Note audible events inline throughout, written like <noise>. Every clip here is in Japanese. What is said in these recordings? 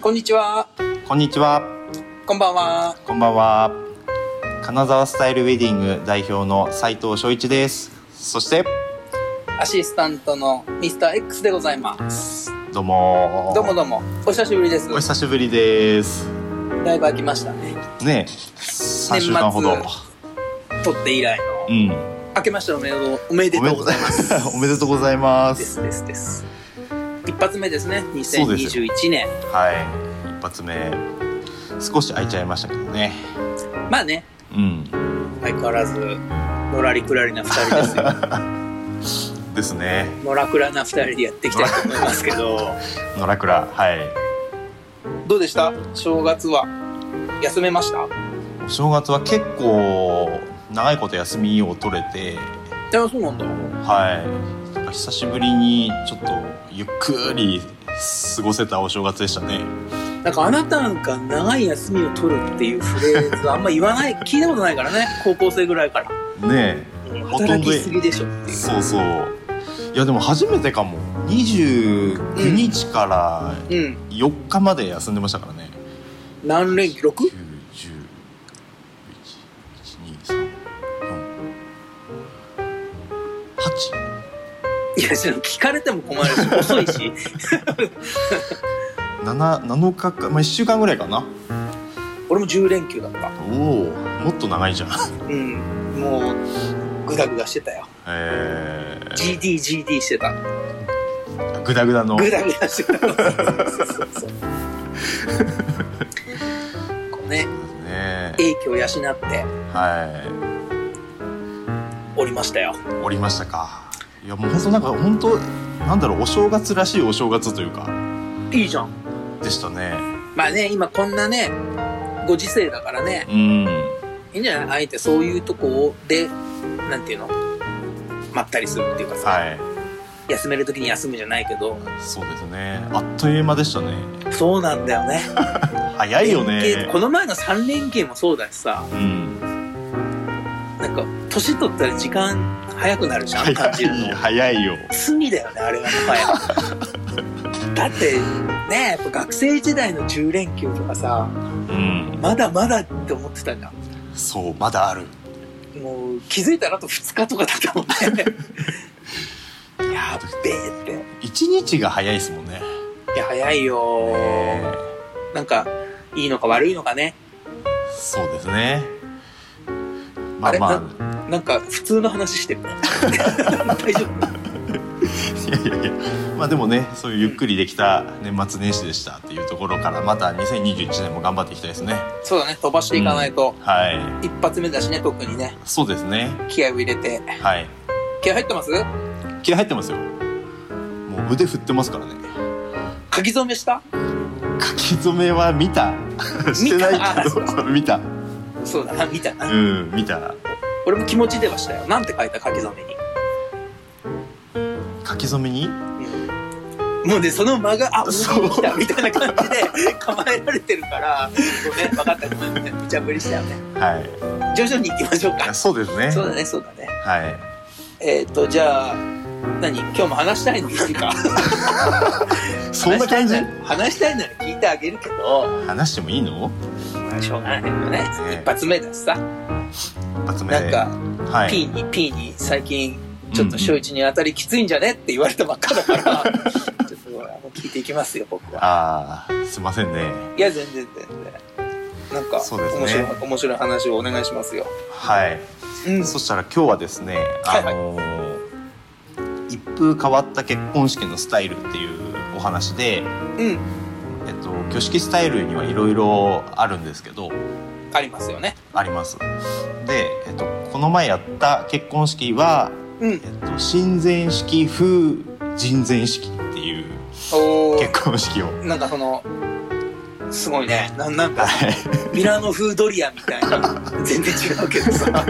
こんにちは。こんにちは。こんばんは。こんばんは。金沢スタイルウェディング代表の斉藤翔一です。そして、アシスタントのミスター X でございます。どうも。どうも。どうも。お久しぶりです。お久しぶりです。だいぶ空きましたね。ねえ、3週間ほど。撮って以来の。うん。明けましておめでとう、おめでおめとでうございます。とうおめでとう <laughs> ございま。ですすですです。一発目ですね。そうです2021年。はい。一発目。少し空いちゃいましたけどね。まあね、うん。相変わらず、のらりくらりな二人 <laughs> ですよ。ですね。のらくらな二人でやっていきたいと思いますけど。 <laughs> 野良倉。はい。どうでした正月は。休めましたお正月は結構、長いこと休みを取れて、いや、そうなんだ。はい。なんか久しぶりにちょっとゆっくり過ごせたお正月でしたね。なんかあなたなんか長い休みを取るっていうフレーズあんま言わない聞いたことないから <laughs> ね高校生ぐらいからねほとんど働きすぎでしょっていえ。うそうそう。いやでも初めてかも。29日からうん4日まで休んでましたからね。何連休 6? 9、10、1、2、3、4、いやその聞かれても困る <laughs> し遅いし8、7、7日か、まあ1週間ぐらいかな。俺も10連休だったおお、もっと長いじゃん。うんもうグダグダしてたよえ GDGD してたー、グダグダの。グダグダしてたそうそうそうこうねねえ英気を養ってはい。おりましたよおりましたかいやもう本当なんか本当なんだろうお正月らしいお正月というかいいじゃんでしたねまあね今こんなねご時世だからねうんいいんじゃないあえてそういうとこで、なんていうのまったりするっていうかさ、はい休めるときに休むじゃないけど、そうですねあっという間でしたねそうなんだよね。早いよ連休ねこの前の3連休もそうだしさ、うんなんか、年取ったら時間早くなるじゃん、感早じるのい。 <laughs> 早いよ罪だよね、あれはもはや。 <laughs> だって、ね、やっぱ学生時代の10連休とかさ、うんまだまだって思ってたじゃん。そうまだあるもう、気づいたらあと2日とかだったもん <laughs> ね。やっべえって。一日が早いですもんねいや、早いよー。なんか、いいのか悪いのかね。そうですねまああまれあなんか、普通の話してるね。 <laughs> 大丈夫。いやいやいやまあでもねそういうゆっくりできた年末年始でしたっていうところからまた2021年も頑張っていきたいですねそうだね、飛ばしていかないと。はい一発目だしね、特にね。そうですね気合を入れて。はい気合入ってます気合入ってますよもう腕振ってますからね書き初めした書き初めは見たしてないけど見たそうだな、見たな。うん見た俺も気持ちではしたよ。なんて書いた書き初めに。書き初めにもうね、その間が、あ、俺そうも来た、みたいな感じで構えられてるから、ごめん、分かった、ごめん、ね、無茶ぶりしたよね。は徐々に行きましょういか。そうですねそうだね、そうだね。はいえっ、ー、と、じゃあ、何今日も話したいのなんか。 <laughs> そんな感じ話したいなら聞いてあげるけど、話してもいいのまあしょうがないよねええ一発目だしさ一発目なんかはい P に P に最近ちょっと正一に当たりきついんじゃねって言われたばっかだから <laughs> ちょっとほらもう聞いていきますよ僕はああすいませんねいや全然全然なんか、そうですね面白い面白い話をお願いしますよはいうんそしたら今日はですねはあいはいのー一風変わった結婚式のスタイルっていうお話で、うんえっと、挙式スタイルにはいろいろあるんですけど、ありますよねありますで、えっと、この前やった結婚式は、うんえっと、親善式風人前式っていうおー結婚式をなんかそのすごいねなんなんかはいミラノ風ドリアみたいな全然違うけど <laughs> さ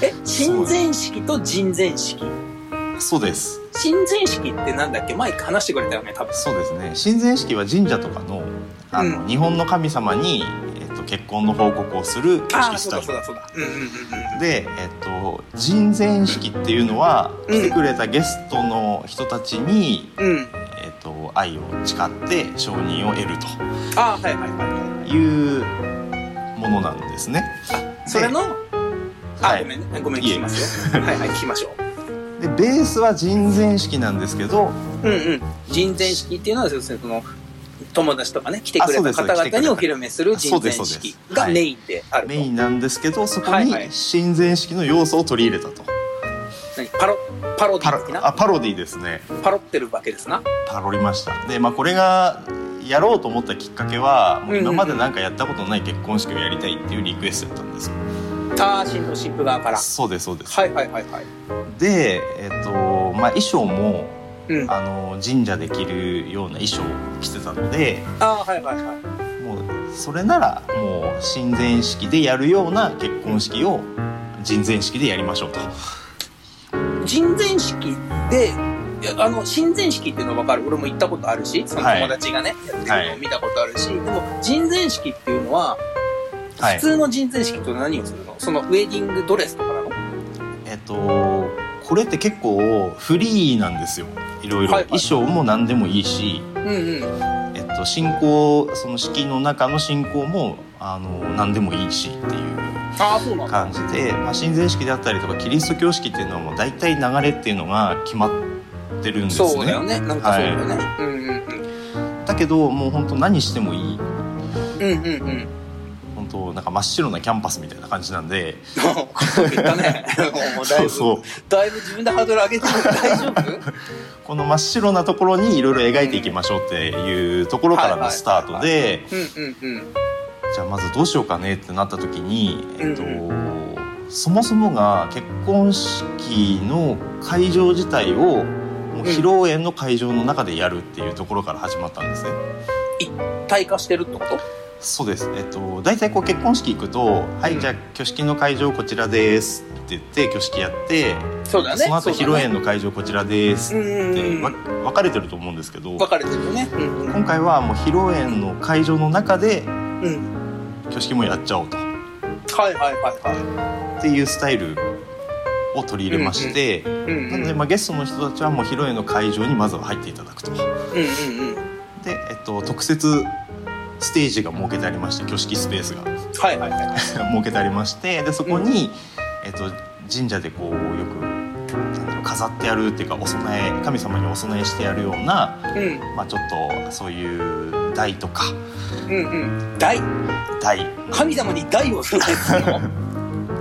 え親善式と人前式そうです親善式ってなんだっけ前話してくれたよね多分そうですね親善式は神社とかのあの、う日本の神様に、えっと、結婚の報告をする挙ああ式スそうタだイそうルだそうだうんうんうんうんで、えっと、人前式っていうのはうん来てくれたゲストの人たちに、うんえっと、と愛を誓って承認を得るとああはいはいはいはいいうものなんですね。それのあ、はいごめんねごめん聞きますよはいはい聞きましょでベースは人前式なんですけどううんうん人前式っていうのは要するにその友達とかね来てくれあそうたです方々にお披露目するあそ人うで前す式そうですがはいメインであると、メインなんですけどそこはいにはい親善式の要素を取り入れたと。何パロパロデパィ的ロなあパロディですねパロってるわけですなパロりましたで、まあ、これがやろうと思ったきっかけはもう今までなんかやったことのない結婚式をやりたいっていうリクエストだったんですよああ新郎新婦側からそうですそうです、はいはいはいはいで、えっとまあ、衣装もうんああの神社で着るような衣装を着てたのであーはいはいはいもうそれならもう神前式でやるような結婚式を人前式でやりましょうと人前式でいやあの親善式っていうの分かる俺も行ったことあるしそのはい友達がね、やってるのを見たことあるし、でも人前式っていうのはは普い通の人前式と何をするの、そのウェディングドレスとかなのえっとこれって結構フリーなんですよいろいろ、はいはい衣装も何でもいいしうんうんえっと、進行その式の中の進行もあの何でもいいしっていうああそうなんだ感じで、まあ、神前式であったりとかキリスト教式っていうのはもう大体流れっていうのが決まってるんですねそうだよねなんかそうだよね、うんうんだけどもう本当何してもいういんうんうんうん <laughs> 本当なんか真っ白なキャンパスみたいな感じなんで言ったねもうだいそうぶそうだいぶ自分でハードル上げてる大丈夫この真っ白なところにいろいろ描いていきましょうっていうところからのスタートはいでうんうんうんじゃあまずどうしようかねってなった時に、えっとうそもそもが結婚式の会場自体をもう披露宴の会場の中でやるっていうところから始まったんですね。退化してるってことそうです、えっと、大体こう結婚式行くと「はういんじゃあ挙式の会場こちらです」って言って挙式やってそうだねそのそ後うだね披露宴の会場こちらですうっんてうんうわん分かれてると思うんですけど分かれてるよねうんうん今回はもう披露宴の会場の中でうん挙式もやっちゃおうと。はいはいはいはっていうスタイルを取り入れまして、い。うんうんなので、まあ、ゲストの人たちはもう披露宴の会場にまずは入っていただくとで、うんうんうん。えっと、特設ステージが設けてありまして挙式スペースが設はいはいはい。けてありましてでそこに、えっと、神社でこうよくなんだろう飾ってやるっていうかお供え神様にお供えしてやるような、うんまあ、ちょっとそういう台とかうんうん。台台神様に台を備えてる <laughs> の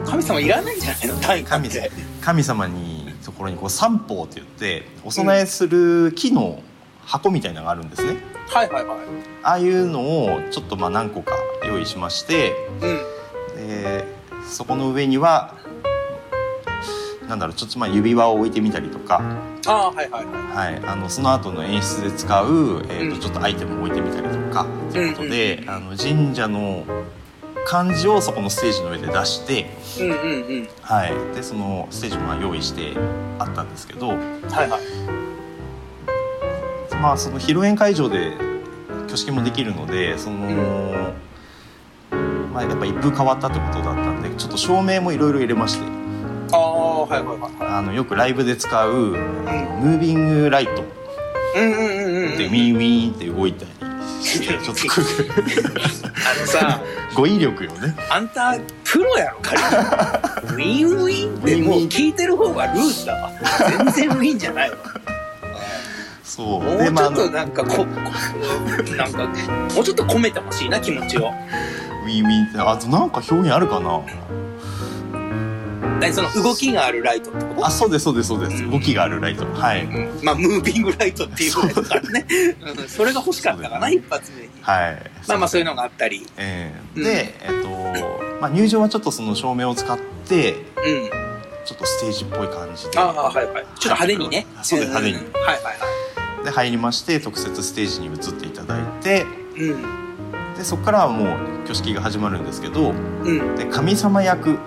神様いらないんじゃないの台神神で。神様にところにこう三宝って言ってお供えする木の箱みたいなのがあるんですね。はいはいはい。ああいうのをちょっとまあ何個か用意しましてうん。でそこの上にはなんだろうちょっとまあ指輪を置いてみたりとか、ああはいはいははい、あのその後の演出で使う、えーうんとちょっとアイテムを置いてみたりとかということうんでう、んあの神社の漢字をそこのステージの上で出して、い。うんうんはい、でそのステージもまあ用意してあったんですけど、うん。はいはい。まあその披露宴会場で挙式もできるのでその、まあ、やっぱ一風変わったってことだったんでちょっと照明もいろいろ入れましてああはいはいはあのよくライブで使うんムービングライトい。うんうんうんうん。でウィンウィンって動いたりしてちょっとこあのさ、う <laughs> 語彙力よねあんたプロやろ仮に。ウィンウィンってもう聞いてる方がルーズだわ。全然ウィンじゃないわ。そうもうでちまあょあっのとウィなんかこ、こなんか、もうちょっと込めてほしいな、気持ちを。ンウィンってあとなんか表現あるかな何その動きがあるライトってことあそうですそうですそうです動きがあるライトはいうんまあ、ムービングライトっていうぐらいだからね。うんそれが欲しかったかな、一発目に。はいまあまあ、そういうのがあったり。えーで、えっと、まあ、入場はちょっとその照明を使ってうん。ちょっとステージっぽい感じでああ、はいはい。ちょっと派手にね。そうです派手にうんはいはいはで入りまして特設ステージに移っていただいてい。うん。でそこからはもう挙式が始まるんですけどうん。で神様役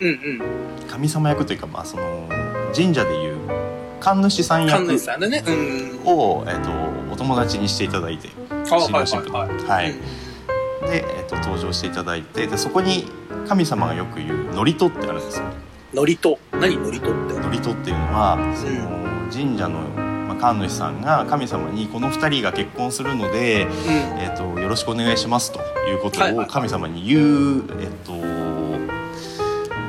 うんうん。神様役というか、まあ、その神社でいう神主さん神役主さんのね。うん。を、えっと、お友達にしていただいてあ新郎はい新婦はいはい。はいうんで、えっと、登場していただいてでそこに神様がよく言う「祝詞」ってあるんですよ。祝詞。何祝詞って。祝詞っていうのはその神社の、まあ、神主さんが神様にこの2人が結婚するので、うん。えっとよろしくお願いしますということはいはをい神様に言う、えっ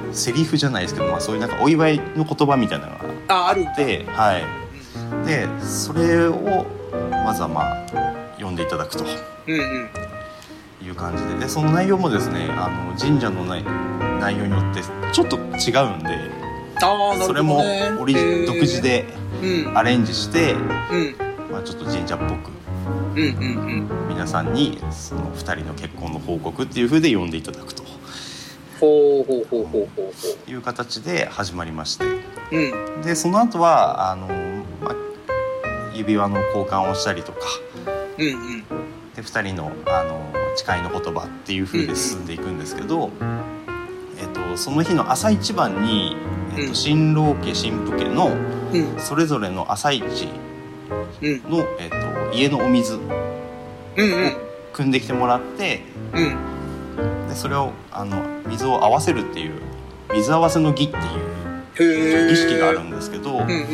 とセリフじゃないですけど、まあ、そういうなんかお祝いの言葉みたいなのがあ、あるんあっだ。て、はい、でそれをまずはまあ読んでいただくと。うんうん。いう感じででその内容もですねあの神社の内内容によってちょっと違うんで、ああ、なるほど、ね。それもオリジへー独自。でうん。アレンジして、うん。まあ、ちょっと神社っぽくうんうんうん。皆さんにその2人の結婚の報告っていう風で呼んでいただくとほうほうほうほうほうほいう形で始まりましてう。うん。でその後はあの、まあ、指輪の交換をしたりとかうんうん。で2人のあの誓いの言葉っていう風で進んでいくんですけど、えっと、その日の朝一番に、えっうと、ん新郎家新婦家のうんそれぞれの朝一うん。の、えっと、家のお水うんうん。汲んできてもらってうん。でそれをあの水を合わせるっていう水合わせの儀っていへうえ。儀式がある。んですけど、うんうん。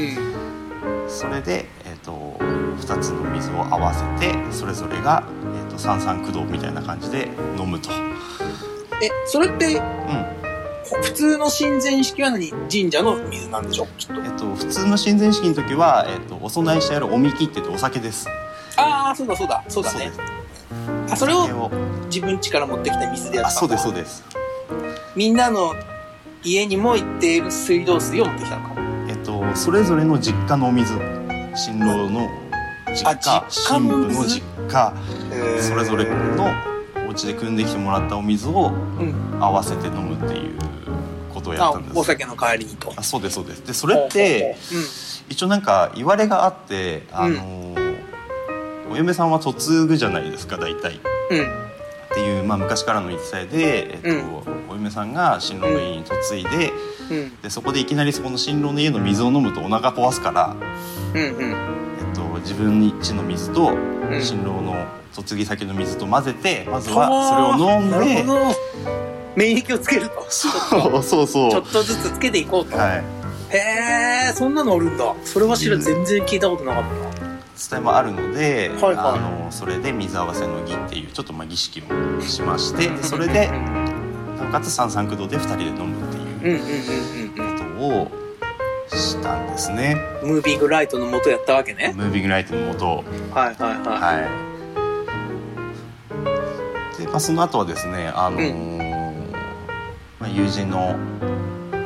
それで、えっと2つの水を合わせてそれぞれが、えっと三々駆動みたいな感じで飲むと。え、それって、うん普通の親善式は何神社の水なんでしょきっと。えっと、普通の親善式の時は、えっと、お供えしてあるおみきって言ってお酒です。ああ、そうだそうだ。そうだね。あ、それそうですを自分家から持ってきた水でやあった。そうです、そうです。みんなの家にも行っている水道水を持ってきたのか。えっと、それぞれの実家のお水、新郎の実家あ、実新家の婦水の実家、それぞれうん。のお家で汲んできてもらったお水を合わせて飲むっていうことをやあったんです。お酒の代わりにと。あそうです、そうです。で、それって、一応なんか言われがあって、あの、お嫁さんは嫁ぐじゃないですか、大体。うん、うん、っていう、まあ、昔からの言い伝えで、えっとお嫁さんが新郎の家に嫁いでうん、でそこでいきなりそこの新郎の家の水を飲むとお腹壊すから、うん、うん、えっと、自分の家の水とうん新郎の嫁ぎ先の水と混ぜてまずはそれを飲んなるほでど。免疫をつけると。そうそうちそょうっ。とずつつけていこうと。はい、へえ、そんなのあるんだ。それは知らうん全然聞いたことなかったな。伝えもあるので、はいはいあのそれで水合わせの儀っていうちょっとまあ儀式をしましてでそれでなおかつ三々駆動で2人で飲むってうん、いううん、うん、うん、ことをしたんですね。うん。ムービングライトの元やったわけね。ムービングライトの元をはい、はい、ははい。で、まあ、その後はですね、あのーまあ、友人の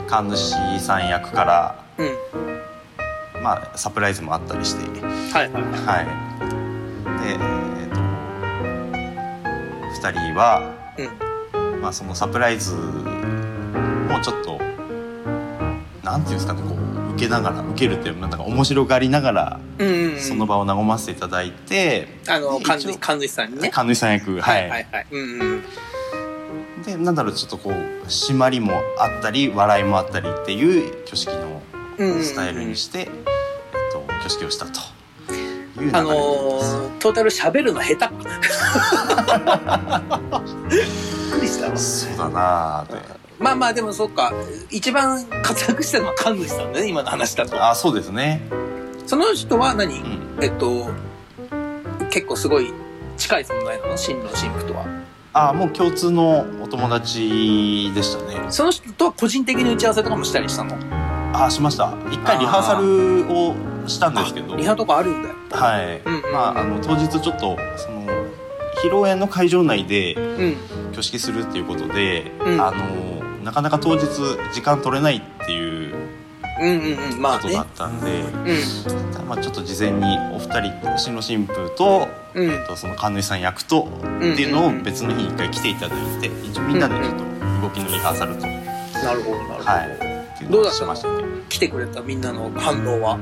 神主さん役から、い。うん、まあ、サプライズもあったりして、はい、はい。はい。で、えっ、と、二人は、うん、まあ、そのサプライズもちょっと、なんていうんですかね、こう、受けながら、受けるっていう、なんか面白がりながら、うん、うん。その場を和ませていただいて、あの、で神一主応神主さんにね。神主さん役、はい。はい、はい。うん、うん。でなんだろうちょっとこう締まりもあったり笑いもあったりっていう挙式のうんうんうんスタイルにして、えっと、挙式をしたという流れになありのます。ー、トータル喋るの下手。びっくりしたわ。そうだなあってまあまあでもそうか一番活躍したのは神主さんだね今の話だとあそうですね、その人は何、うん、えっと結構すごい近い存在なの新郎新婦とはあもう共通のお友達でしたねその人とは個人的に打ち合わせとかもしたりしたのあしました一回リハーサルをしたんですけどリハとかあるんだよはい、うんうんうんまああの当日ちょっとその披露宴の会場内でうん挙式するっていうことで、うんあのなかなか当日時間取れないっていううんうんうんまあことだねったんで、うまあ、ちょっと事前にお二人新郎新婦と,、んうんえっとその神主さん役とっていうのを別の日に一回来ていただいて一応みんなでちょっと動きのリハーサルと、なるほどなるほど、はい、っていうどのうをだったしのましたね。来てくれたみんなの反応は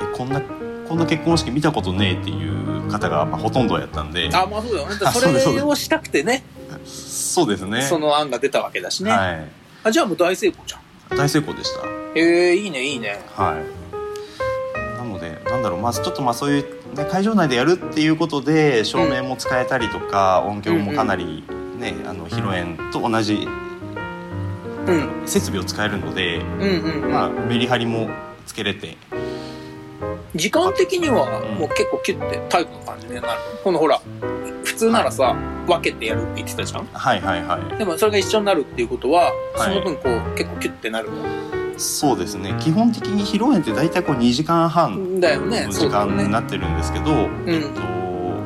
でこんなこんな結婚式見たことねえっていう方がまあほとんどやったんであまあそうだよねあそうですそそうれですをしたくてねそうですねその案が出たわけだしね、はあじゃあもう大成功じゃんい、大成功でしへえいいねいいねた、はい、なのでなんだろう、まあ、ちょっとまあそういう、ね、会場内でやるっていうことで照明も使えたりとか、音響もかなり、ねあの披露宴と同じうん設備を使えるので、うんうんうんまあ、メリハリもつけれて時間的にはうんもう結構キュッてタイプの感じになるのこのほら普通ならさ分けてやるって言ってたじゃんはいはいはでもそれが一緒になるっていうことは、はいその分こう結構キュッてなるもんいそうですね基本的に披露宴って大体こう2時間半だよねのそ時うだよ間にねなってるんですけど、うんえ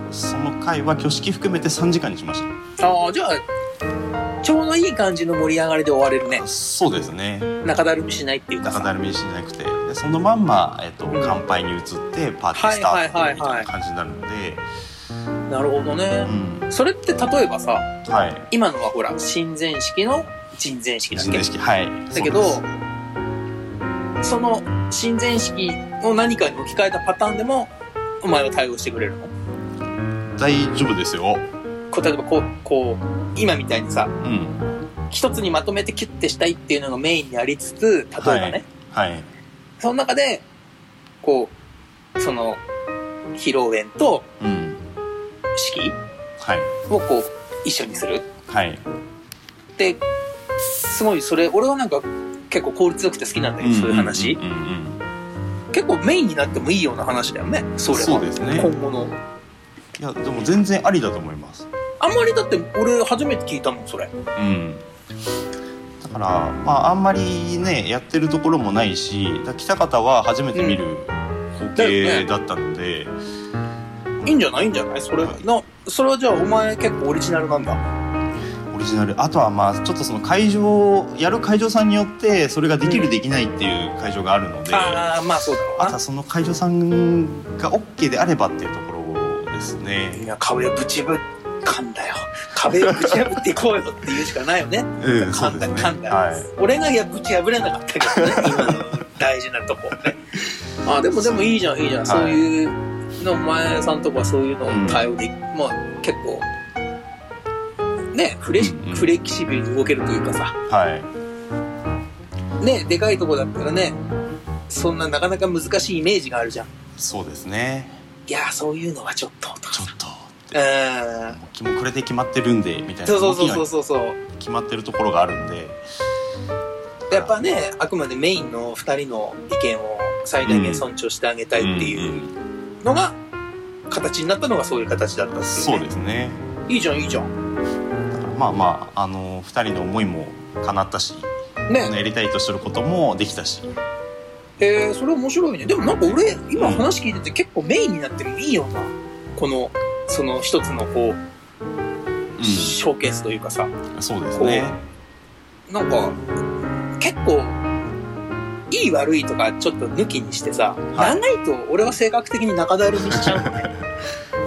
っと、その回は挙式含めて3時間にしましああじゃあちょうどいい感じの盛り上がりで終われるねたそうですね中だるみしないっていうか中さだるみしなくてでそのまんま、えっとん乾杯に移ってパーティースタートみたいな感じになるので、なるほどね、それって例えばさうん、はい今のはほら親善式の人前式だっ人け前式はいだけどそうその親善式を何かに置き換えたパターンでもお前は対応してくれるのです大丈夫ですよ、こう例えばこうこう今みたいにさうん、一つにまとめてキュッてしたいっていうのがメインにありつつ例えばね、はいはいその中でこうその披露宴とうん式はいをこう一緒にするはいってすごいそれ俺はなんか結構効率よくて好きなんだけど、そういう話、んうんうん結構メインになってもいいような話だよねそれはそうですね今後のいやでも全然ありだと思いますあんまりだって俺初めて聞いたもんそれうんだからまああんまりねやってるところもないしだから来た方は初めて見る光景だったので、いいんじゃないいいんじゃないそれのそれはじゃあお前結構オリジナルなんだオリジナルあとはまあちょっとその会場やる会場さんによってそれができる、うんできないっていう会場があるのであああまあそうだろうとはその会場さんが OK であればっていうところですないね。や壁をぶちぶっかんだよ壁をぶち破っていこうよっていうしかないよねうん、かそんうだですね。かんだ、はい。俺がいやぶち破れなかったけどね今の <laughs> 大事なとこねあでもでもいいじゃんいいじゃん、いそういうのお前さんとかそういうのを対応でき、まあ結構ねフレ,、うんうんフレキシブルに動けるというかさ、はい。ねでかいとこだったらねそんななかなか難しいイメージがあるじゃんそうですね。いやーそういうのはちょっととちょかっと。さもうもうこれで決まってるんでみたうんいそなうそう動そうきそうがそうそう決まってるところがあるんでやっぱねあくまでメインの2人の意見を最大限尊重してあげたいっていううんのが形になったのがそういう形だったっていうんうそうねですねいいじゃんいいじゃんだからまあまああの2人の思いも叶ったしねやりたいとしてることもできたしえーそれ面白いねでもなんか俺今うん話聞いてて結構メインになってもいいようなこのその一つのこううショーケースというかさ、んそうですねなんか結構いい悪いとかちょっと抜きにしてさ、はい長いと俺は性格的に中だるみしち <laughs> ゃうのね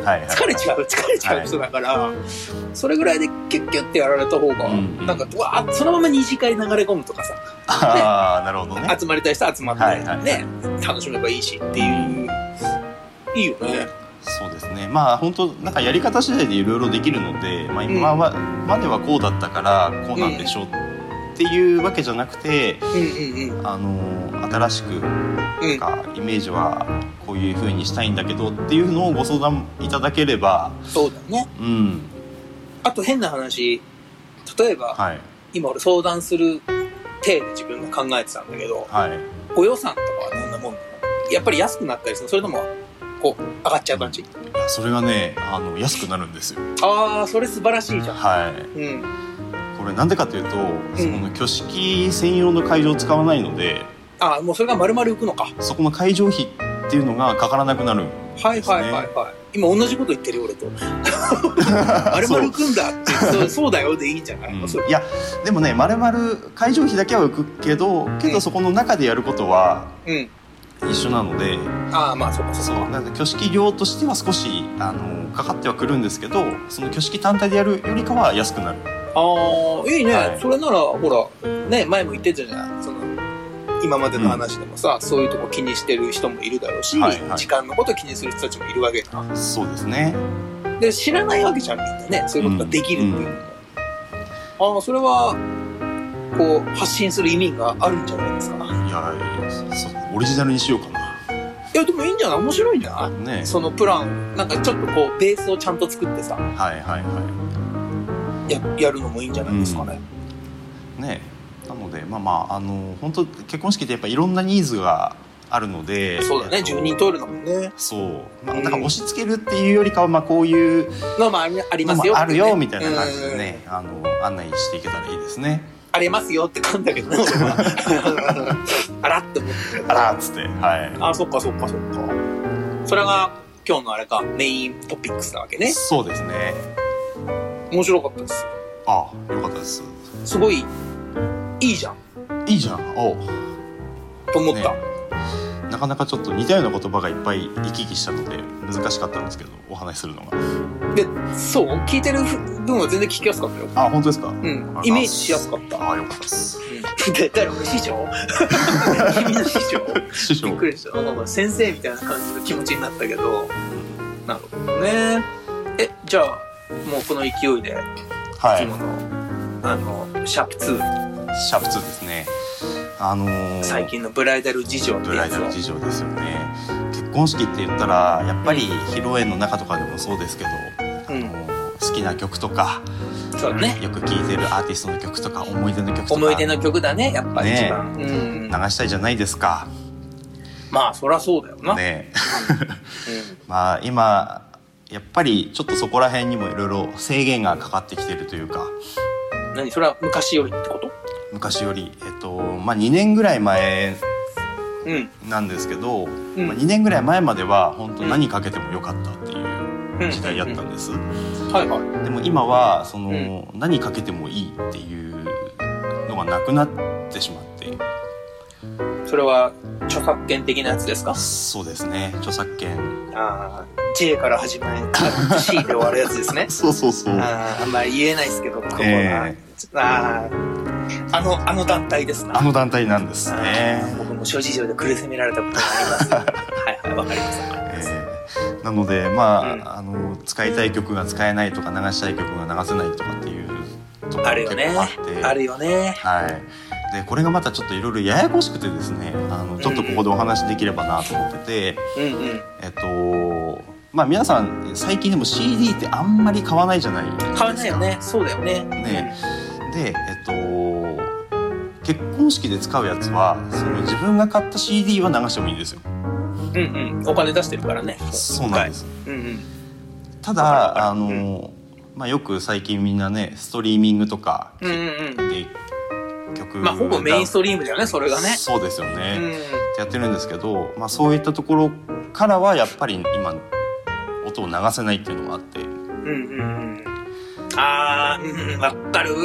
はいはい疲れちゃう疲れちゃう人だから、それぐらいでキュッキュッてやられた方が、うんうんなんかうわーそのまま二次会流れ込むとかさ、ああなるほどね集まりたい人は集まって、はいはいはいね楽しめばいいしっていういいよねそうですねまあ本当なんかやり方次第でいろいろできるので、まあ、今は、まではこうだったからこうなんでしょうっていうわけじゃなくて、うんうんうんあの新しくうんなんかイメージはこういう風にしたいんだけどっていうのをご相談いただければそうだねうんあと変な話例えば、はい今俺相談する体で自分が考えてたんだけど、はいご予算とかはどんなもんなのやっぱり安くなったりするそれともこう上がっちゃう感じいやそれがねあの安くなるんですよああそれ素晴らしいじゃんはいうんこれなんでかというと、その挙式専用の会場を使わないのでああもうそれが丸々浮くのかそこの会場費っていうのがかからなくなるはいはいはいはい、今同じこと言ってるよ俺 <laughs> と丸々浮くんだってそうそうだよでいいんじゃない、うんそれいやでもねまるまる会場費だけは浮くけどけうんどそこの中でやることはうん一緒なので、ああまあそうかそそううかなんで挙式料としては少しあのかかってはくるんですけどその挙式単体でやるよりかは安くなるああいいね、はいそれならほらね前も言ってたじゃないその今までの話でもさ、そういうとこ気にしてる人もいるだろうし、はいはい時間のこと気にする人たちもいるわけだそうですねで知らないわけじゃんみんなねそういうことができるっていうのも、ああそれはこう発信する意味があるんじゃないですかいやそそオリジナルにしようかないやでもいいんじゃない面白いんじゃないねそのプランなんかちょっとこうベースをちゃんと作ってさはいはいはややるのもいいんじゃないですかね、いねなのでまあまああの本当結婚式ってやっぱいろんなニーズがあるのでそうだね、10人通るのもね。そう、まあ、だから押し付けるっていうよりかは、まあ、こういうのもありありのまもすよ、あるよみってたねいな感じで。ね、あの案内していけたらいいですね。うんありますよって感じだけどね、俺は <laughs> あらって思って。あらっつって、はあ、そっかそっかそっか。それが今日のあれか、メイントピックスなわけい。ね。そうですね。面白かったです。あ、よかったです。すごい、いいじゃん、いいじゃん。おう、と思った。ねなかなかちょっと似たような言葉がいっぱい行き来したので難しかったんですけど、お話しするのが。で、そう、聞いてる分は全然聞きやすかったよ。あ、本当ですか。うん、イメージしやすかった。あ、よかったです。うんで誰俺師匠 <laughs> 君の師匠師匠びっ。くりしたなんか先生みたいな感じの気持ちになったけどなるほどねえじゃあもうこの勢いでは今日の、あのシャープ2い。シャープ2ですね。あのー最近のブライダル事情ってブやライつダをル事情ですよね結婚式って言ったらやっぱり披露宴の中とかでもそうですけど、うんあの好きな曲とかそうだねよく聴いてるアーティストの曲とか思い出の曲とか思い出流の曲だねやっぱりね一番、うんしたいじゃないですか。まあそりゃそうだよな、ねえうんまあ今やっぱりちょっとそこら辺にもいろいろ制限がかかってきてるというか何それは昔よりってこと昔より、えっとまあ、2年ぐらい前うんなんですけんど、まあ、2年ぐらい前までは本当何かけてもよかったっていううん時代だったんです。はいはいでも今はその、何かけてもいいっていうのがなくなってしまってそれは著作権的なやつですかそうですね著作権あー J から始まり C で終わるやつですねそうそうそうああーあんまり言えないですけど、ここはえあーあの、あの団体ですな。の団体なんですねあー、僕も諸事情で苦しめられたことが <laughs> あります。はいはい、わかります。わかりますえーなのでまあ,、うんあの使いたい曲が使えないとか流したい曲が流せないとかっていうところあがる結よね構あって。あるよね。はい、でこれがまたちょっといろいろややこしくてですねあのちょっとここでお話できればなと思ってて、うんうん。えっとまあ皆さん最近でも CD ってあんまり買わないじゃないですか買わないよね。そうだよね。ねでえっと結婚式で使うやつはその自分が買った CD は流してもいいんですようんうん。お金出してるからね。そうなんですうんうん。たわかるわかるだあの、まあ、よく最近みんなねストリーミングとかうんでうんうん。曲まあ、ほぼメインストトリームだよね、それがね。そうですようん。ね、ってやってるんですけど、まあ、そういったところからはやっぱり今音を流せないっていうのがあってうんうんうん。あー、うんうん、わかる。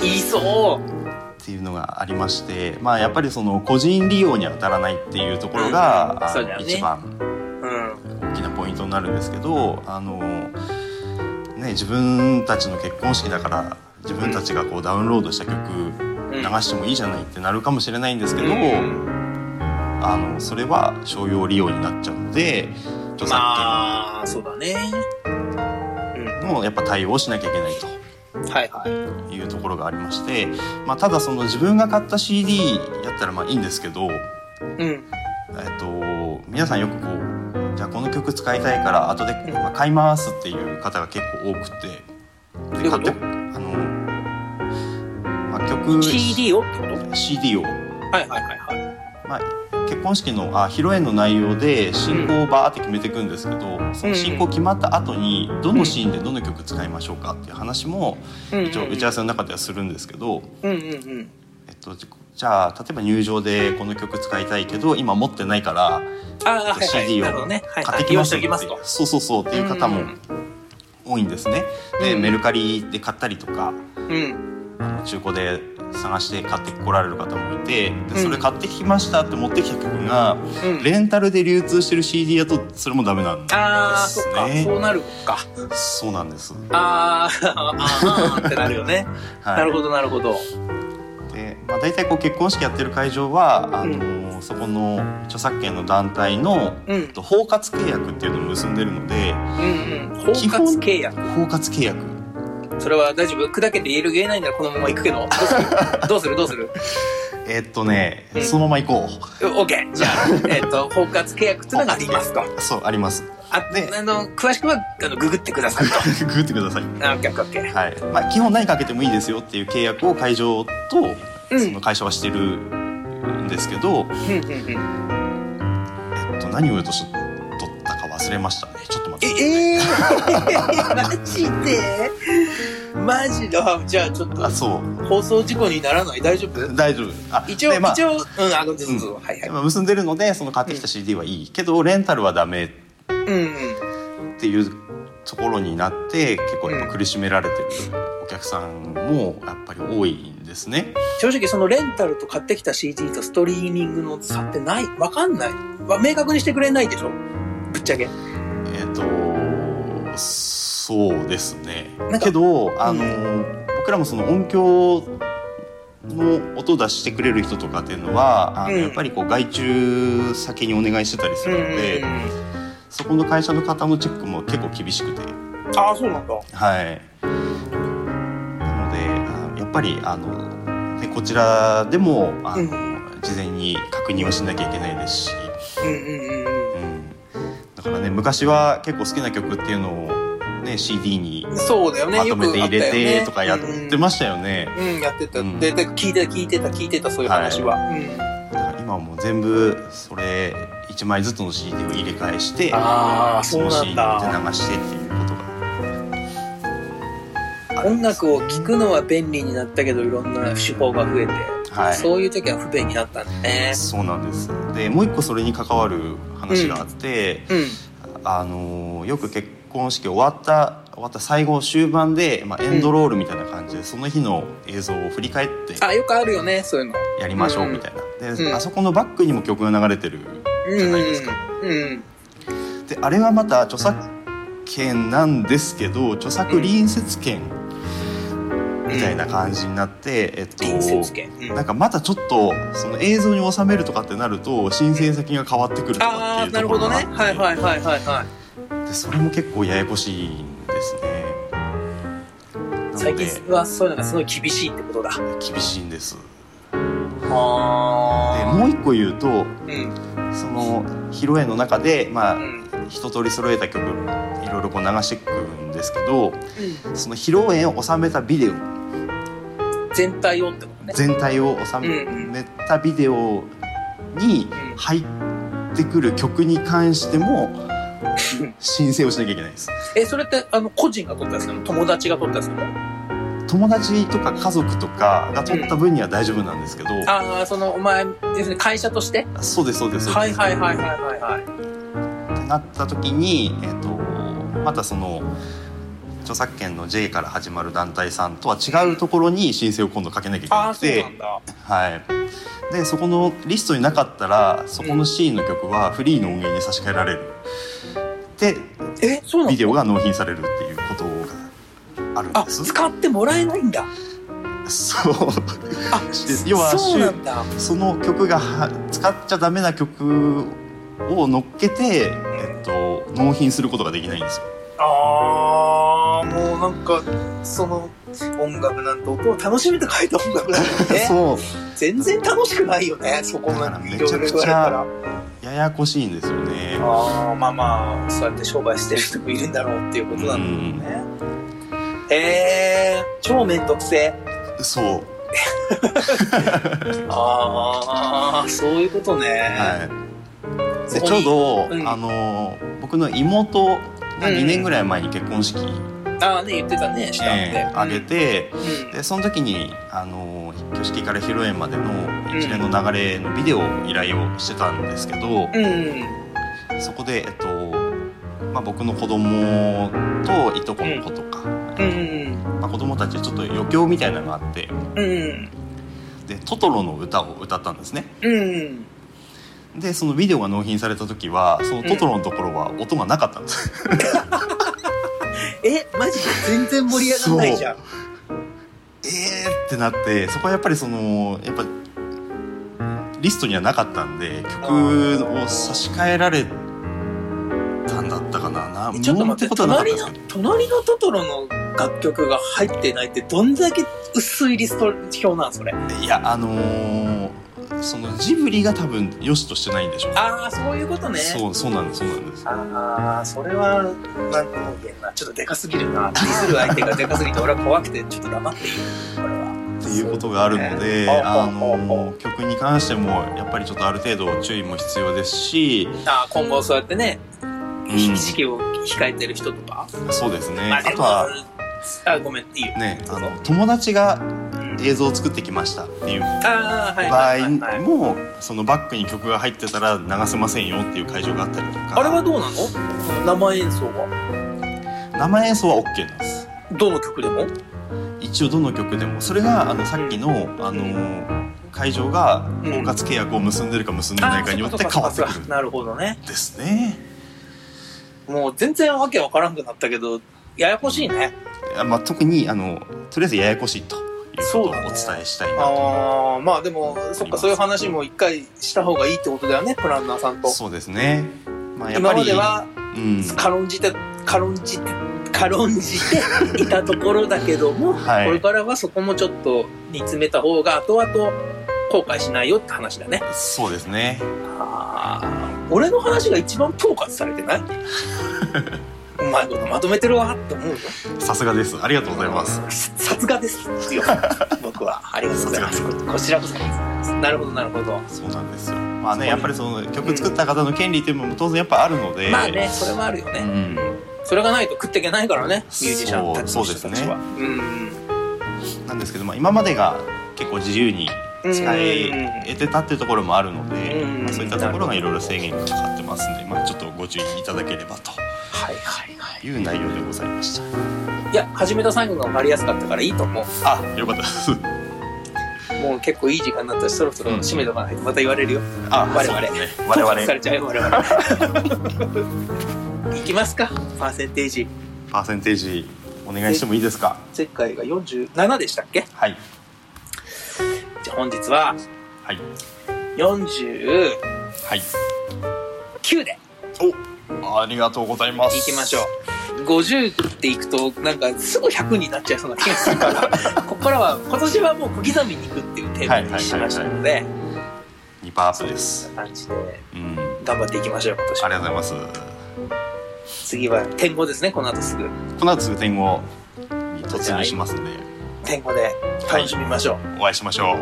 言いそう。っていうのがありまして、まあ、やっぱりその個人利用に当たらないっていうところが、うんあのそうだよね一番うん。大きなポイントになるんですけどあの、ね、自分たちの結婚式だから自分たちがこうダウンロードした曲う流んしてもいいじゃないってなるかもしれないんですけど、うんあのそれは商用利用になっちゃうので著作まあそうだね権のやっぱ対応をしなきゃいけないと。うんはいはいうところがありまして、まあ、ただその自分が買った CD やったらまあいいんですけど、いうんえっと、皆さんよくこうじゃあこの曲使いたいから後でんまあ買いますっていう方が結構多くてういでうこ買ってとあの、まあ、曲 CD をってこと CD を、はいはいはいはいまあ、結婚式のあ披露宴の内容で進行をバーって決めていくんですけど、その進行決まった後にどのシーンでどの曲使いましょうかっていう話もうん一応打ち合わせの中ではするんですけど。うんうんうんえっと、じじゃあ例えば入場でこの曲使いたいけど今持ってないからああはいはい CD をなるほどねはい買はっいてきま用意ししたておきっていうますとそうそうそうっていう方もうん多いんですね。で、うんメルカリで買ったりとかうんあの中古で探して買ってこられる方もいてんでそれ買ってきましたって持ってきた曲がうんレンタルで流通してる CD だとそれもダメなんでああすそっかそね。うなるかそうなんです。あーあーってなるよねはいなるほどなるほどで、まあ、大体こう結婚式やってる会場はあのーそこの著作権の団体の、うんえっと包括契約っていうのを結んでるのでうんうん包基括本契約包括契約それは大丈夫砕けて言える言えないならこのまま行くけどどうするどうするどうすえっとね、うんそのまま行こうる OK じゃあえっと包括契約っていうのがありますとそうありますあねあの詳しくはあのググってくださいと <laughs> ググってくださいあオッケーオッケーオッケはい、まあ、基本何かけてもいいですよっていう契約を会場とうんその会社はしてるんですけうんうど、んうん。えっと、何を言おうとしとったか忘れましたねちょっと待ってええー、 <laughs> マジでマジだ。じゃあちょっあとそう放送事故にならない大丈夫大丈夫あ一応、でまあ一応、うん、あの、どうぞ、はいはい。まあ結んでるのでその買ってきた CD はいいけどレンタルはダメっうんうん。ていうところになって結構やっぱ苦しめられてるお客さんもやっぱり多いんですね。正直そのレンタルと買ってきた CD とストリーミングの差ってないわかんないわ明確にしてくれないでしょぶっちゃけえっ、とそうですねなんかけどあの、僕らもその音響の音出してくれる人とかっていうのはあの、うんやっぱりこう外注先にお願いしてたりするので、そこの会社の方のチェックも結構厳しくてああそうなんだはい。なのであのやっぱりあの、ね、こちらでもあの、うん事前に確認はしなきゃいけないですし、うんうんうんうん、だからね昔は結構好きな曲っていうのを、ね、CD にうんそうだよねまとよくめてあっ入たれよねてとかやってましたよね。うん、うんやってた、うんでで聞いてた聞いてた聞いてたそういう話は、うん、だから今はもう全部それ1枚ずつの CD を入れ替えしてああそそうのな CD んで流だしてっていうこと音楽があるんですね。を聴くのは便利になったけどいろんな手法が増えて、はいそういう時は不便になったんだねそうなんですでもう一個それに関わる話があって、うんあのーよく結婚式終わった終わった最後終盤で、まあ、エンドロールみたいな感じで、その日の映像を振り返ってあよくあるよねそういうのやりましょうみたいな、で、うんあそこのバックにも曲が流れてるうんじゃないですか、うんであれはまた著作権なんですけど著作隣接権みたいな感じになって、えっと隣接権、うんなんかまたちょっとその映像に収めるとかってなると申請先が変わってくるとかあっあていなうるとこほろどがあねってはいはいはいはいはいでそれも結構ややこしいんですねな最ので近はそういうのがすごい厳しいってことだ厳しいんですではもう一個言うとあうんその披露宴の中でまうあん一通り揃えた曲いろいろこう流していくんですけどその披露宴を収めたビデオ全体をってことね全体を収めたビデオにうん入ってくる曲に関してもうん申請をしなきゃいけないですえそれってあの個人が撮ったやつなの友達が撮ったやつなの友達とか家族とかが撮った分には大丈夫なんですけど、ああそのお前要するに会社としてそうですそうですそうですはいはいはいはいはいはいってなった時に、えー、とまたその著作権の J から始まる団体さんとは違うところに申請を今度かけなきゃいけあなあくそうてなんだはい、でそこのリストになかったらそこのシーンの曲はフリーの音源に差し替えられるでえそうなんだビデオが納品されるっていうことがあるんあです使ってもらえないんだそうあで要はそうなんだその曲がは使っちゃダメな曲を乗っけて、えっと、納品することができないんですよああもうなんかその音楽なんて音を楽しめて書いた音楽なんだね <laughs> そう全然楽しくないよねそこだからがめちゃくちゃややこしいんですよね。ああまあまあそうやって商売してる人もいるんだろうっていうことなんだろうねへえ超めんどくせえそう、ああそういうことね、はい。そでこちょにうど、うんあの僕の妹がうん2年ぐらい前に結婚式、ああね言ってたねしたって、えー挙げて、うん、でその時にあの挙式から披露宴までの一連の流れのビデオを依頼をしてたんですけど、うんそこでえっと。まあ、僕の子供といとこの子とか、うんまあ、子供たちちょっと余興みたいなのがあってうんうんでトトロの歌を歌ったんですねうんでそのビデオが納品された時はそのトトロのところは音がなかったんです、えマジで全然盛り上がんないじゃんえーってなってそこはやっぱりそのやっぱリストにはなかったんで曲を差し替えられたんだったかななえちょっと待って無音って隣このとはなかったんです隣のトトロの楽曲が入ってないってどんだけ薄いリスト表なんそれけどいやあのーそのジブリが多分良しとしてないんでしょうああそういうことねそうそうなんですそうなんですああそれはなんとも言えんなちょっとでかすぎるなディスる相手がでかすぎて俺は怖くてちょっと黙っているこれはっていうことがあるのそで、うですねあほうほうほうの曲に関してもやっぱりちょっとある程度注意も必要ですし、あー今後そうやってね、うん意識を控えてる人とか。そうですねまああでともはあ、ごめん、いいよ。ねあの友達が映像を作ってきましたっていうあーはい場はい合はいはい。もそのバックに曲が入ってたら流せませんよっていう会場があったりとかあれはどうなの生演奏は。生演奏は OK なんですどの曲でも一応どの曲でもそれがあのさっきのあの会場がうん包括契約を結んでるか結んでないかによってあー変そわかってそくかそるかんなるほどね。ですねもう全然わけわからんくなったけど、ややこしいね。あまあ特にあのとりあえずややこしいということをそうおだね伝えしたいなとああ、まあでも、そっか、そういう話も一回した方がいいってことだよね、プランナーさんと。そうですねまあやっぱ今まりでは、うん軽んじて、軽んじて、軽んじていたところだけども、はいこれからはそこもちょっと煮詰めた方が、後々後悔しないよって話だね。そうですねああ、俺の話が一番統括されて <laughs> ないうまいことまとめてるわって思うよ。さすがですありがとうございますさすがです <laughs> よ。僕は。ありがとうございます。こちらこそです。なるほど、なるほど。そうなんですよまあそうねねやっぱりその曲作った方の権利っていうのも当然やっぱあるので、まあね、それはあるようね。んそれがないと食っていけないからね、ミュージシャンたちの人たちは。なんですけど、まあ、今までが結構自由にうん使えてたっていうところもあるので、うんまあ、そういったところがいろいろ制限がかかってますんで、まあ、ちょっとご注意いただければとはいはいはい。いう内容でございましたいや、始めた最後が分かりやすかったからいいと思う。あよかったですもう結構いい時間になったし、そろそろ締めとかないとまた言われるよ。あ <laughs> 我々そうですね我々統括されちゃうよ、我々。 <laughs> いきますか、パーセンテージ。パーセンテージお願いしてもいいですか前回が47でしたっけはいじゃあ本日ははい49はいで。おありがとうございます行きましょう。50っていくと、なんかすぐ100になっちゃいそうな気がするから、ここからは、今年はもう小刻みに行くっていうテーマにしましたので、 2パーツです感じでうんあ頑張っていきましょう、今年りがとうございます次は天候ですね、この後すぐ。この後すぐ点を突入しますんで天候で楽しみましょう。お会いしましょ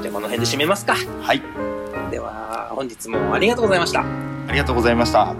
じゃあこの辺で締めますか。うはいでは、本日もありがとうございました。ありがとうございました